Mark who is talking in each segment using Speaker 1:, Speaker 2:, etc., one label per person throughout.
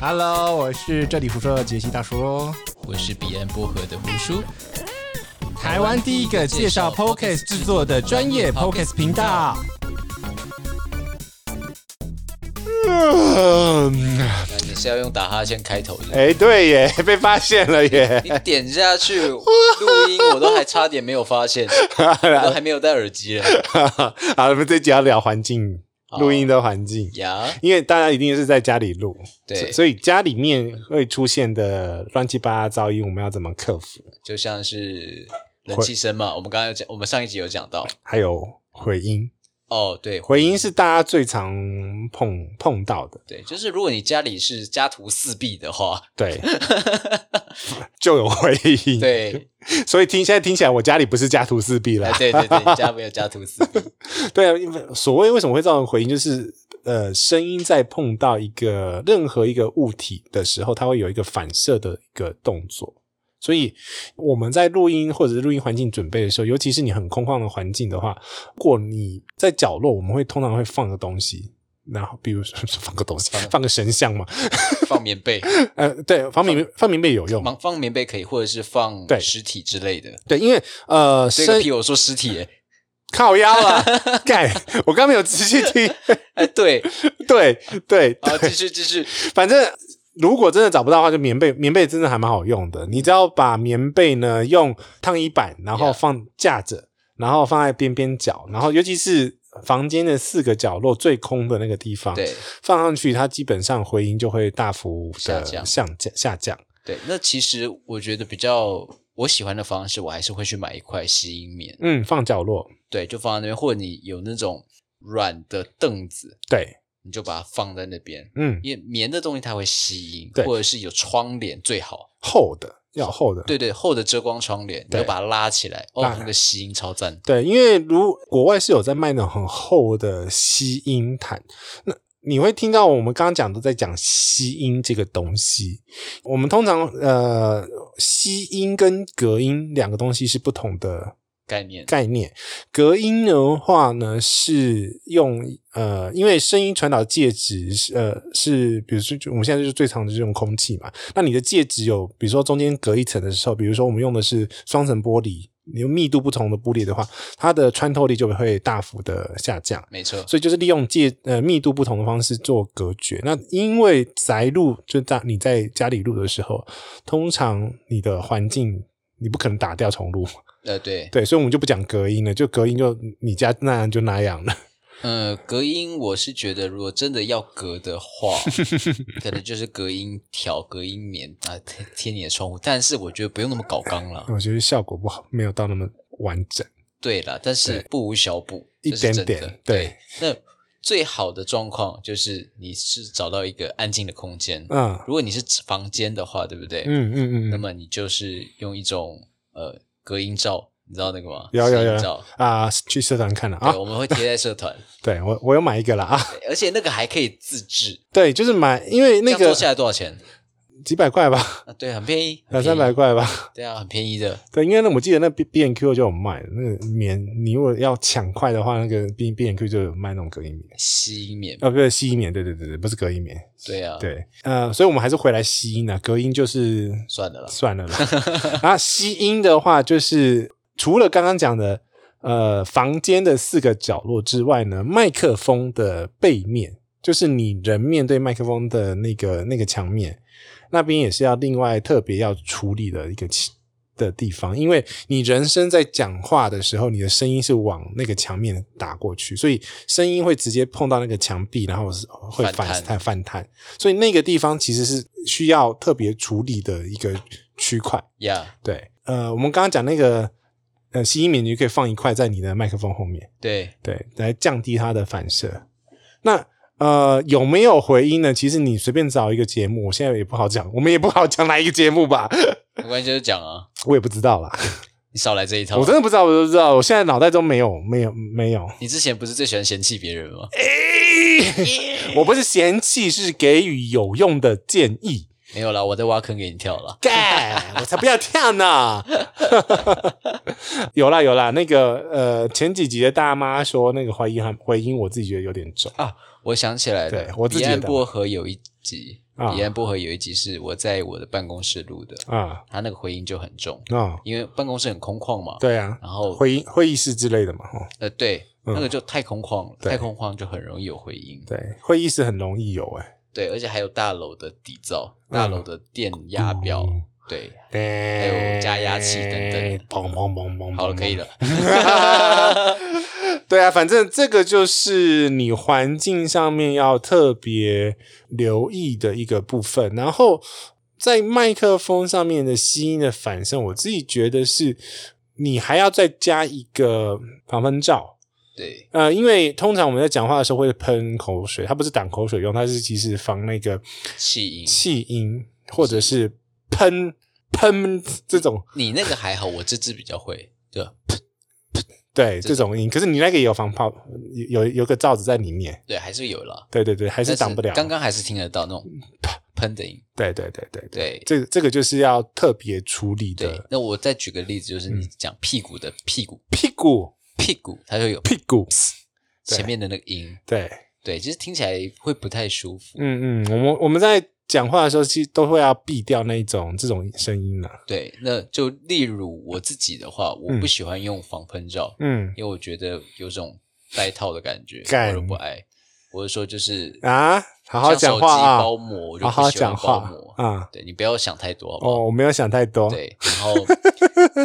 Speaker 1: Hello，我是这里胡说的杰西大叔，
Speaker 2: 我是彼岸薄荷的胡叔，
Speaker 1: 台湾第一个介绍 Podcast 制作的专业 Podcast 频道。嗯，
Speaker 2: 那哎你是要用打哈欠开头的？
Speaker 1: 哎，对耶， 被发现了耶！
Speaker 2: 你点下去录音，我都还差点没有发 现，我都还没有戴耳机了
Speaker 1: 好，我们这集要聊环境， 录音的环境，
Speaker 2: 呀。
Speaker 1: 因为大家一定是在家里录，
Speaker 2: 对
Speaker 1: 所所以家里面会出现的乱七八糟噪音，我们要怎么克服？
Speaker 2: 就像是冷气声嘛，我们刚刚有讲，我们上一集有讲到
Speaker 1: 还有回音，
Speaker 2: 哦，对
Speaker 1: 回音是大家最常碰碰到的，
Speaker 2: 对，就是如果你家里是家徒四壁 的话，
Speaker 1: 对，就有回音，，
Speaker 2: 对，
Speaker 1: 所以听现在听起来，我家里不是家徒四壁了
Speaker 2: 哎，对对对，你家没有家徒四壁，
Speaker 1: 对啊，因为所谓为什么会造成回音，就是呃，声音在碰到一个任何一个物体的时候，它会有一个反射的一个动作。所以我们在录音或者是录音环境准备的时候，尤其是你很空旷的环境的话，如果你在角落，我们会通常会放个东西，然后比如说放个东西，放个神像嘛，
Speaker 2: 放棉被，
Speaker 1: 呃，对，放棉放棉被有用，
Speaker 2: 放放棉被可以，或者是放
Speaker 1: 对
Speaker 2: 尸体之类的。
Speaker 1: 对，因为呃，
Speaker 2: 这个
Speaker 1: 声
Speaker 2: 屁，我说尸体、欸，
Speaker 1: 靠腰 啦，盖，我刚没有仔细听，
Speaker 2: 哎，对，
Speaker 1: 对对，
Speaker 2: 好，继续继续，
Speaker 1: 反正如果真的找不到的话，就棉被，棉被真的还蛮好用的。你只要把棉被呢用烫衣板，然后
Speaker 2: Yeah
Speaker 1: 放架着，然后放在边边角，然后尤其是房间的四个角落最空的那个地方，
Speaker 2: 对，
Speaker 1: 放上去，它基本上回音就会大幅
Speaker 2: 下
Speaker 1: 的
Speaker 2: 降
Speaker 1: 下降下降。
Speaker 2: 对，那其实我觉得比较我喜欢的方式，我还是会去买一块吸音棉，
Speaker 1: 嗯，放角落，
Speaker 2: 对，就放在那边，或者你有那种软的凳子，
Speaker 1: 对，
Speaker 2: 你就把它放在那边，
Speaker 1: 嗯，
Speaker 2: 因为棉的东西它会吸音
Speaker 1: 对，
Speaker 2: 或者是有窗帘最好，
Speaker 1: 厚的要厚的，
Speaker 2: 对对，厚的遮光窗帘，你
Speaker 1: 对
Speaker 2: 就把它拉起来，哦
Speaker 1: 拉，
Speaker 2: 那个吸音超赞，
Speaker 1: 对，因为如国外是有在卖那种很厚的吸音毯，那你会听到我们刚刚讲的在讲吸音这个东西。我们通常呃，吸音跟隔音两个东西是不同的
Speaker 2: 概念，
Speaker 1: 概念。隔音的话呢，是用呃，因为声音传导介质是呃是，比如说就我们现在就是最常的就是用空气嘛。那你的介质有，比如说中间隔一层的时候，比如说我们用的是双层玻璃，你用密度不同的玻璃的话，它的穿透力就会大幅的下降。
Speaker 2: 没错，
Speaker 1: 所以就是利用介呃密度不同的方式做隔绝。那因为宅录就在你在家里录的时候，通常你的环境你不可能打掉重录嘛，
Speaker 2: 呃，对，
Speaker 1: 对，所以我们就不讲隔音了，就隔音就你家那样就那样了。
Speaker 2: 呃，隔音我是觉得，如果真的要隔的 话，可能就是隔音条、隔音棉啊，贴贴你的窗户。但是我觉得不用那么搞刚了。
Speaker 1: 我觉得效果不好，没有到那么完整。
Speaker 2: 对啦，但是不无小补，
Speaker 1: 一
Speaker 2: 这是真
Speaker 1: 点
Speaker 2: 的
Speaker 1: 点
Speaker 2: 对，那最好的状况就是你是找到一个安静的空间。
Speaker 1: 嗯
Speaker 2: 如果你是房间的话，对不对？
Speaker 1: 嗯嗯嗯
Speaker 2: 那
Speaker 1: 嗯
Speaker 2: 么你就是用一种呃隔音罩，你知道那个吗？
Speaker 1: 有有有
Speaker 2: 隔音罩。
Speaker 1: 啊，去社团看了啊
Speaker 2: 对，，我们会贴在 社团，
Speaker 1: 对我我有买一个了啊，
Speaker 2: 对而且那个还可以自制。
Speaker 1: 对，就是买，因为那
Speaker 2: 这样
Speaker 1: 个
Speaker 2: 做下来多少钱？
Speaker 1: 几百块吧，
Speaker 2: 啊，对，很便宜，
Speaker 1: 两
Speaker 2: 很
Speaker 1: 三
Speaker 2: 便宜
Speaker 1: 百。块吧，
Speaker 2: 对啊，很便宜的。
Speaker 1: 对，因为那我记得那 B B N Q 就有卖那个棉，你如果要抢快的话，那个 B B N Q 就有卖那种隔音棉，
Speaker 2: 吸音棉，
Speaker 1: 啊，不是吸音棉，对对对对，不是隔音棉，
Speaker 2: 对啊，
Speaker 1: 对，呃，所以我们还是回来吸音啊，隔音就是
Speaker 2: 算了啦，
Speaker 1: 算了啦。 那吸音的话，就是除了刚刚讲的呃房间的四个角落之外呢，麦克风的背面，就是你人面对麦克风的那个那个墙面，那边也是要另外特别要处理的一个其的地方，因为你人声在讲话的时候，你的声音是往那个墙面打过去，所以声音会直接碰到那个墙壁，然后是会
Speaker 2: 反
Speaker 1: 反
Speaker 2: 弹
Speaker 1: 弹反弹，所以那个地方其实是需要特别处理的一个区块。
Speaker 2: 呀，
Speaker 1: 对，呃，我们刚刚讲那个呃吸音棉，你就可以放一块在你的麦克风后面，
Speaker 2: 对，
Speaker 1: 对，来降低它的反射。那呃有没有回音呢？其实你随便找一个节目，我现在也不好讲，我们也不好讲哪一个节目吧，
Speaker 2: 没关系，就讲啊，
Speaker 1: 我也不知道啦，
Speaker 2: 你少来这一套。
Speaker 1: 我真的不知道，我都不知道，我现在脑袋中没有，没有，没有。
Speaker 2: 你之前不是最喜欢嫌弃别人吗？
Speaker 1: 我不是嫌弃，是给予有用的建议。
Speaker 2: 没有啦，我在挖坑给你跳了。
Speaker 1: 干，我才不要跳呢！ 有啦有啦，那个呃，前几集的大妈说那个回音还回音，我自己觉得有点重。
Speaker 2: 我想起来
Speaker 1: 对
Speaker 2: 了，
Speaker 1: 我自己
Speaker 2: 彼
Speaker 1: 也
Speaker 2: 岸
Speaker 1: 打
Speaker 2: 薄荷有一集，
Speaker 1: 啊
Speaker 2: 彼岸薄荷有一集是我在我的办公室录的，
Speaker 1: 啊
Speaker 2: 他那个回音就很重，
Speaker 1: 啊，
Speaker 2: 因为办公室很空旷嘛。
Speaker 1: 对啊，
Speaker 2: 然后
Speaker 1: 会议会议室之类的嘛，哦，
Speaker 2: 呃，对，
Speaker 1: 嗯
Speaker 2: 那个就太空旷了，
Speaker 1: 对
Speaker 2: 太空旷就很容易有回音。
Speaker 1: 对，会议室很容易有哎、
Speaker 2: 对，而且还有大楼的底噪、
Speaker 1: 嗯
Speaker 2: 大楼的电压表，对，
Speaker 1: 对，
Speaker 2: 还有加压器等等
Speaker 1: 哎砰砰砰砰，
Speaker 2: 好了，可以了。
Speaker 1: 嗯对啊，反正这个就是你环境上面要特别留意的一个部分。然后在麦克风上面的吸音的反射，我自己觉得是你还要再加一个防喷罩。
Speaker 2: 对，
Speaker 1: 呃，因为通常我们在讲话的时候会喷口水，它不是挡口水用，它是其实防那个
Speaker 2: 气音，
Speaker 1: 气音或者是喷喷这种
Speaker 2: 你那个还好，我这支比较会。对
Speaker 1: 对这种音。可是你那个也有防泡，有有有个罩子在里面。
Speaker 2: 对，还是有了，
Speaker 1: 对对对，还
Speaker 2: 还
Speaker 1: 是挡不了。嗯
Speaker 2: 刚刚还是听得到那种喷的音。
Speaker 1: 对对对对对，
Speaker 2: 对
Speaker 1: 这这个就是要特别处理
Speaker 2: 对
Speaker 1: 的，。嗯
Speaker 2: 那我再举个例子，就是你讲屁股的屁股
Speaker 1: 屁股
Speaker 2: 屁股，它就有
Speaker 1: 屁股，对
Speaker 2: 前面的那个音。
Speaker 1: 对，
Speaker 2: 对，其实听起来会不太舒服。
Speaker 1: 嗯嗯，我们我们在讲话的时候，其实都会要避掉那种这种声音啊啦。
Speaker 2: 对，那就例如我自己的话，我不喜欢用防喷罩，
Speaker 1: 嗯
Speaker 2: 因为我觉得有种戴套的感觉，
Speaker 1: 干
Speaker 2: 我都不爱。我是说，就是
Speaker 1: 啊，好好
Speaker 2: 像
Speaker 1: 讲
Speaker 2: 手
Speaker 1: 话
Speaker 2: 机
Speaker 1: 啊，
Speaker 2: 包膜我就
Speaker 1: 好好
Speaker 2: 不喜
Speaker 1: 讲
Speaker 2: 欢包
Speaker 1: 话
Speaker 2: 膜。
Speaker 1: 啊。
Speaker 2: 对你不要想太多，好不好？
Speaker 1: 哦，我没有想太多。
Speaker 2: 对，然后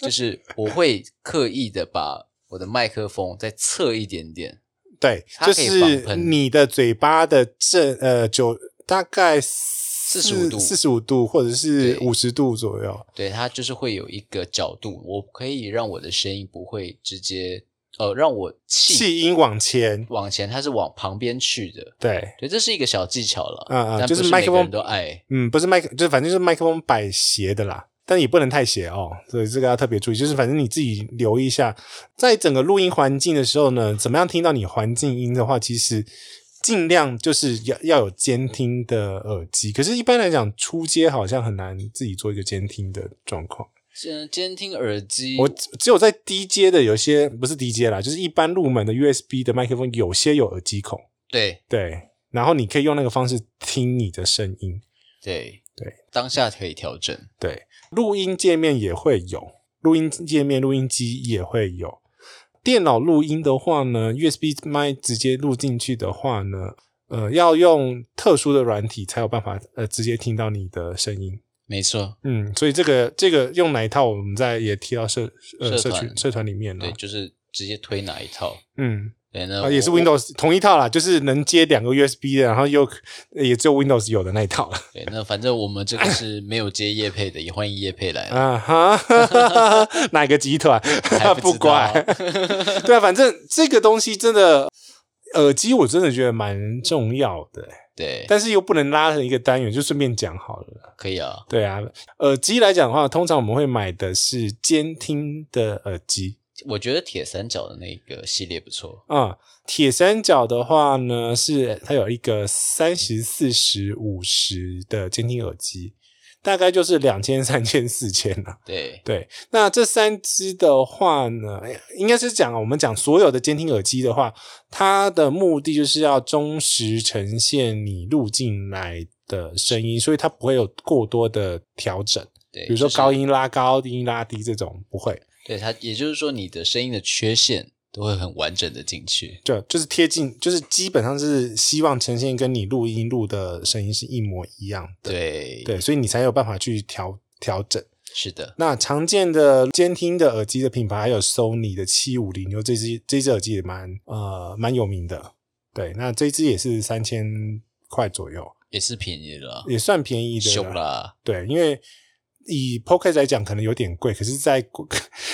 Speaker 2: 就是我会刻意的把我的麦克风再侧一点点，
Speaker 1: 对，
Speaker 2: 它
Speaker 1: 就
Speaker 2: 可以防
Speaker 1: 是
Speaker 2: 喷
Speaker 1: 你的嘴巴的正呃九大概四
Speaker 2: 45度
Speaker 1: 四十五度或者是
Speaker 2: 对
Speaker 1: 五十度左右。
Speaker 2: 对，它就是会有一个角度，我可以让我的声音不会直接，呃，让我气
Speaker 1: 气音往前，
Speaker 2: 往前，它是往旁边去的。
Speaker 1: 对，
Speaker 2: 对，这是一个小技巧了，
Speaker 1: 嗯嗯
Speaker 2: 但
Speaker 1: 就
Speaker 2: 不
Speaker 1: 是
Speaker 2: 是
Speaker 1: 麦克
Speaker 2: 每个
Speaker 1: 风
Speaker 2: 人都爱。
Speaker 1: 嗯，不是麦克，就是反正就是麦克风摆斜的啦，但也不能太斜哦，所以这个要特别注意。就是反正你自己留意一下，在整个录音环境的时候呢，怎么样听到你环境音的话，其实尽量就是要要有监听的耳机。可是，一般来讲，出街好像很难自己做一个监听的状况。
Speaker 2: 嗯，监听耳机，
Speaker 1: 我只只有在低阶的有些不是低阶啦，就是一般入门的 USB 的麦克风，有些有耳机孔，
Speaker 2: 对
Speaker 1: 对，然后你可以用那个方式听你的声音。
Speaker 2: 对
Speaker 1: 对，
Speaker 2: 当下可以调整。
Speaker 1: 对，录音界面也会有，录音界面、录音机也会有。电脑录音的话呢，USB 麦直接录进去的话呢，呃，要用特殊的软体才有办法呃直接听到你的声音。
Speaker 2: 没错，
Speaker 1: 嗯，所以这个这个用哪一套，我们在也贴到社呃社
Speaker 2: 社团
Speaker 1: 群社团里面了
Speaker 2: 对，。就是直接推哪一套。
Speaker 1: 嗯，
Speaker 2: 对，那
Speaker 1: 啊、
Speaker 2: 我
Speaker 1: 也是 Windows 同一套啦，就是能接两个 USB 的，然后又呃也只有 Windows 有的那一套了。
Speaker 2: 对，那反正我们这个是没有接叶配的，也欢迎叶配来啊。
Speaker 1: 啊哈， 哪个集团
Speaker 2: 还不知道
Speaker 1: 不管，对啊，反正这个东西真的，耳机我真的觉得蛮重要的，欸
Speaker 2: 对，
Speaker 1: 但是又不能拉成一个单元，就顺便讲好了。
Speaker 2: 可以啊。
Speaker 1: 对啊，耳机来讲的话，通常我们会买的是监听的耳机
Speaker 2: 我觉得铁三角的那个系列不错。
Speaker 1: 啊、铁三角的话呢，是它有一个三十四十五十的监听耳机，大概就是两千、三千、四千啊。
Speaker 2: 对，
Speaker 1: 对，那这三支的话呢，应该是讲啊我们讲所有的监听耳机的话，它的目的就是要忠实呈现你录进来的声音，所以它不会有过多的调整，
Speaker 2: 对，
Speaker 1: 比如说
Speaker 2: 就是
Speaker 1: 高，音拉高、低音拉低这种不会，
Speaker 2: 对它，也就是说你的声音的缺陷都会很完整的进去。
Speaker 1: 就就是贴近，就是基本上是希望呈现跟你录音录的声音是一模一样的，
Speaker 2: 对，
Speaker 1: 对，所以你才有办法去调调整。
Speaker 2: 是的，
Speaker 1: 那常见的监听的耳机的品牌还有 Sony 的七五零，就这只这只耳机也蛮呃蛮有名的。对，那这只也是三千块左右，
Speaker 2: 也是便宜了，啊
Speaker 1: 也算便宜的
Speaker 2: 凶
Speaker 1: 啦。
Speaker 2: 啦。
Speaker 1: 对，因为以 Pocket 来讲，可能有点贵，可是在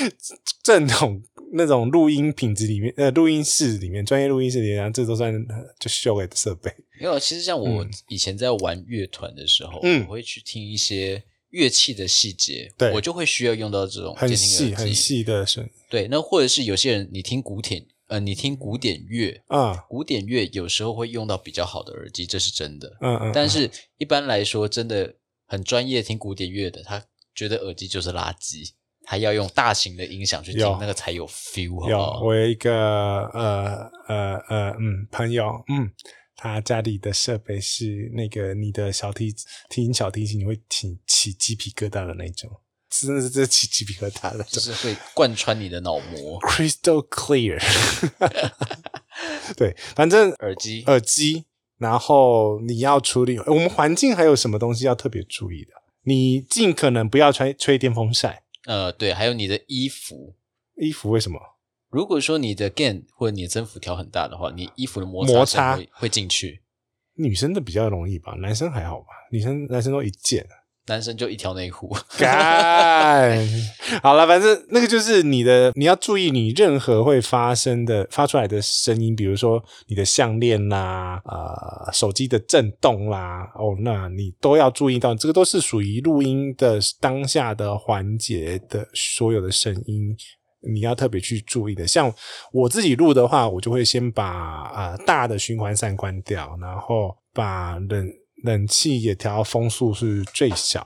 Speaker 1: 正统那种录音品质里面，呃，录音室里面，专业录音室里面，这都算呃就秀给的设备。
Speaker 2: 没有，其实像我
Speaker 1: 嗯
Speaker 2: 以前在玩乐团的时候，
Speaker 1: 嗯
Speaker 2: 我会去听一些乐器的细节，
Speaker 1: 对
Speaker 2: 我就会需要用到这种
Speaker 1: 很
Speaker 2: 监听
Speaker 1: 细
Speaker 2: 耳机
Speaker 1: 很细的声
Speaker 2: 对，那或者是有些人你听古典，呃，你听古典乐，
Speaker 1: 啊，
Speaker 2: 古典乐有时候会用到比较好的耳机，这是真的。
Speaker 1: 嗯嗯，
Speaker 2: 但
Speaker 1: 嗯
Speaker 2: 是一般来说，真的很专业听古典乐的，他觉得耳机就是垃圾，他要用大型的音响去听
Speaker 1: 有，
Speaker 2: 那个才哦有 feel，好不
Speaker 1: 有，
Speaker 2: 好？
Speaker 1: 我有一个呃呃呃嗯朋友，嗯，他家里的设备是那个你的小提听小提琴，你会起起鸡皮疙瘩的那种，真的是真的起鸡皮疙瘩的那
Speaker 2: 就
Speaker 1: 种
Speaker 2: 是会贯穿你的脑膜。
Speaker 1: ，crystal clear。对，反正
Speaker 2: 耳机，
Speaker 1: 耳机，然后你要处理我们环境还有什么东西要特别注意的？你尽可能不要吹吹电风扇，
Speaker 2: 呃，对，还有你的衣服。
Speaker 1: 衣服为什么？
Speaker 2: 如果说你的 gain 或者你的增幅调很大的话，你衣服的摩
Speaker 1: 摩
Speaker 2: 擦
Speaker 1: 擦
Speaker 2: 声会会进去，
Speaker 1: 女生的比较容易吧，男生还好吧？女生男生都一件，
Speaker 2: 男生就一条内裤。
Speaker 1: 干。好了，反正那个就是你的，你要注意你任何会发生的发出来的声音，比如说你的项链啦、呃手机的震动啦，哦，那你都要注意到，这个都是属于录音的当下的环节的所有的声音。你要特别去注意的，像我自己录的话，我就会先把呃大的循环扇关掉，然后把冷冷气也调到风速是最小，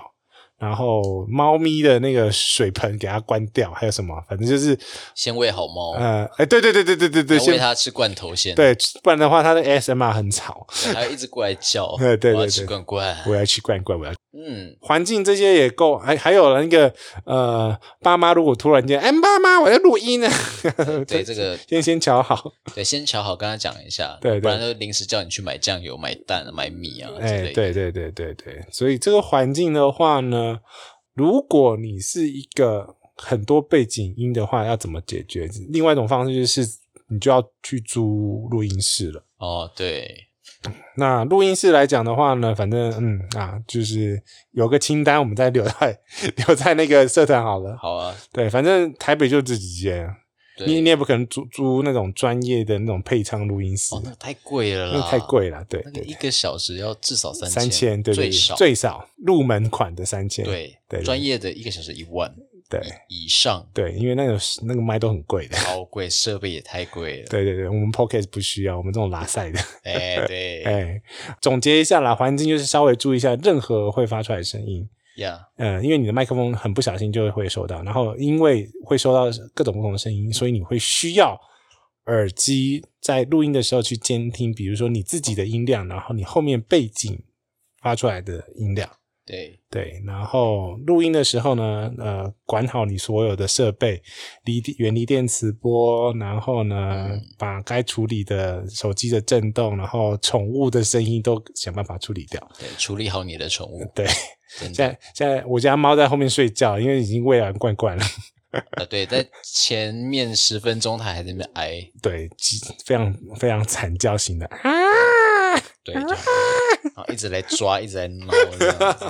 Speaker 1: 然后猫咪的那个水盆给它关掉，还有什么？反正就是，
Speaker 2: 先喂好猫，
Speaker 1: 呃，哎，对对对对对对对，
Speaker 2: 哦要喂
Speaker 1: 先
Speaker 2: 它吃罐头先，
Speaker 1: 对，不然的话它的 ASMR 很吵。，
Speaker 2: 对，它会一直过来 叫
Speaker 1: 对对对
Speaker 2: 我要吃
Speaker 1: 对
Speaker 2: 罐罐。
Speaker 1: 我要去罐罐，我要
Speaker 2: 嗯，
Speaker 1: 环境这些也够，还还有那个呃，爸妈如果突然间，哎，妈妈，我要录音呢，啊
Speaker 2: 对这个
Speaker 1: 先先瞧好，
Speaker 2: 对，先瞧好，刚刚讲一下，
Speaker 1: 对对
Speaker 2: 不然就临时叫你去买酱油、买蛋、买米啊之
Speaker 1: 哎，
Speaker 2: 类的。
Speaker 1: 对对对对对，所以这个环境的话呢，如果你是一个很多背景音的话，要怎么解决？另外一种方式就是你就要去租录音室了。
Speaker 2: 哦，对，
Speaker 1: 那录音室来讲的话呢，反正嗯啊，就是有个清单，我们再留在留在那个社团好了。
Speaker 2: 好啊，
Speaker 1: 对，反正台北就这几间，啊
Speaker 2: 对，
Speaker 1: 你你也不可能租租那种专业的那种配唱录音室，
Speaker 2: 哦，那个太贵了
Speaker 1: 那
Speaker 2: 啦，
Speaker 1: 太，贵了。对
Speaker 2: 那个
Speaker 1: 对
Speaker 2: 一
Speaker 1: 对，
Speaker 2: 个小时要至少三
Speaker 1: 三千对对
Speaker 2: 最
Speaker 1: 对
Speaker 2: 少
Speaker 1: 最少入门款的三千，
Speaker 2: 对
Speaker 1: 对哎对
Speaker 2: 专业的一个小时一万
Speaker 1: 对
Speaker 2: 以上，
Speaker 1: 对，因为那个那个麦都很贵的。
Speaker 2: 超贵，设备也太贵了。
Speaker 1: 对对对，我们 p o c k e t 不需要，我们这种拉塞的。
Speaker 2: 哎，对
Speaker 1: 哎，总结一下啦，环境就是稍微注意一下任何会发出来的声音。
Speaker 2: 呀，
Speaker 1: 呃，因为你的麦克风很不小心就会收到，然后因为会收到各种不同的声音，所以你会需要耳机在录音的时候去监听，比如说你自己的音量，然后你后面背景发出来的音量，
Speaker 2: 对，
Speaker 1: 对，然后录音的时候呢，呃，管好你所有的设备，离地远离电磁波，然后呢，
Speaker 2: 嗯
Speaker 1: 把该处理的手机的震动，然后宠物的声音都想办法处理掉，
Speaker 2: 对，处理好你的宠物，
Speaker 1: 对。
Speaker 2: 真
Speaker 1: 现
Speaker 2: 的，
Speaker 1: 在现在我家猫在后面睡觉，因为已经喂完罐罐了，
Speaker 2: 呃，对，在前面十分钟它还在那边挨，
Speaker 1: 对，极非常非常惨叫型的啊。
Speaker 2: 对，就然后一直来抓，一直来挠，这样子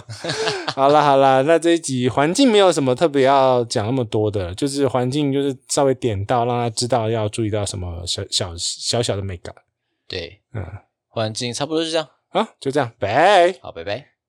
Speaker 1: 好了好了，那这一集环境没有什么特别要讲那么多的，就是环境就是稍微点到，让他知道要注意到什么小小小小的美感
Speaker 2: 对，
Speaker 1: 嗯
Speaker 2: 环境差不多是这样。
Speaker 1: 啊，就这样，拜。
Speaker 2: 好，拜拜。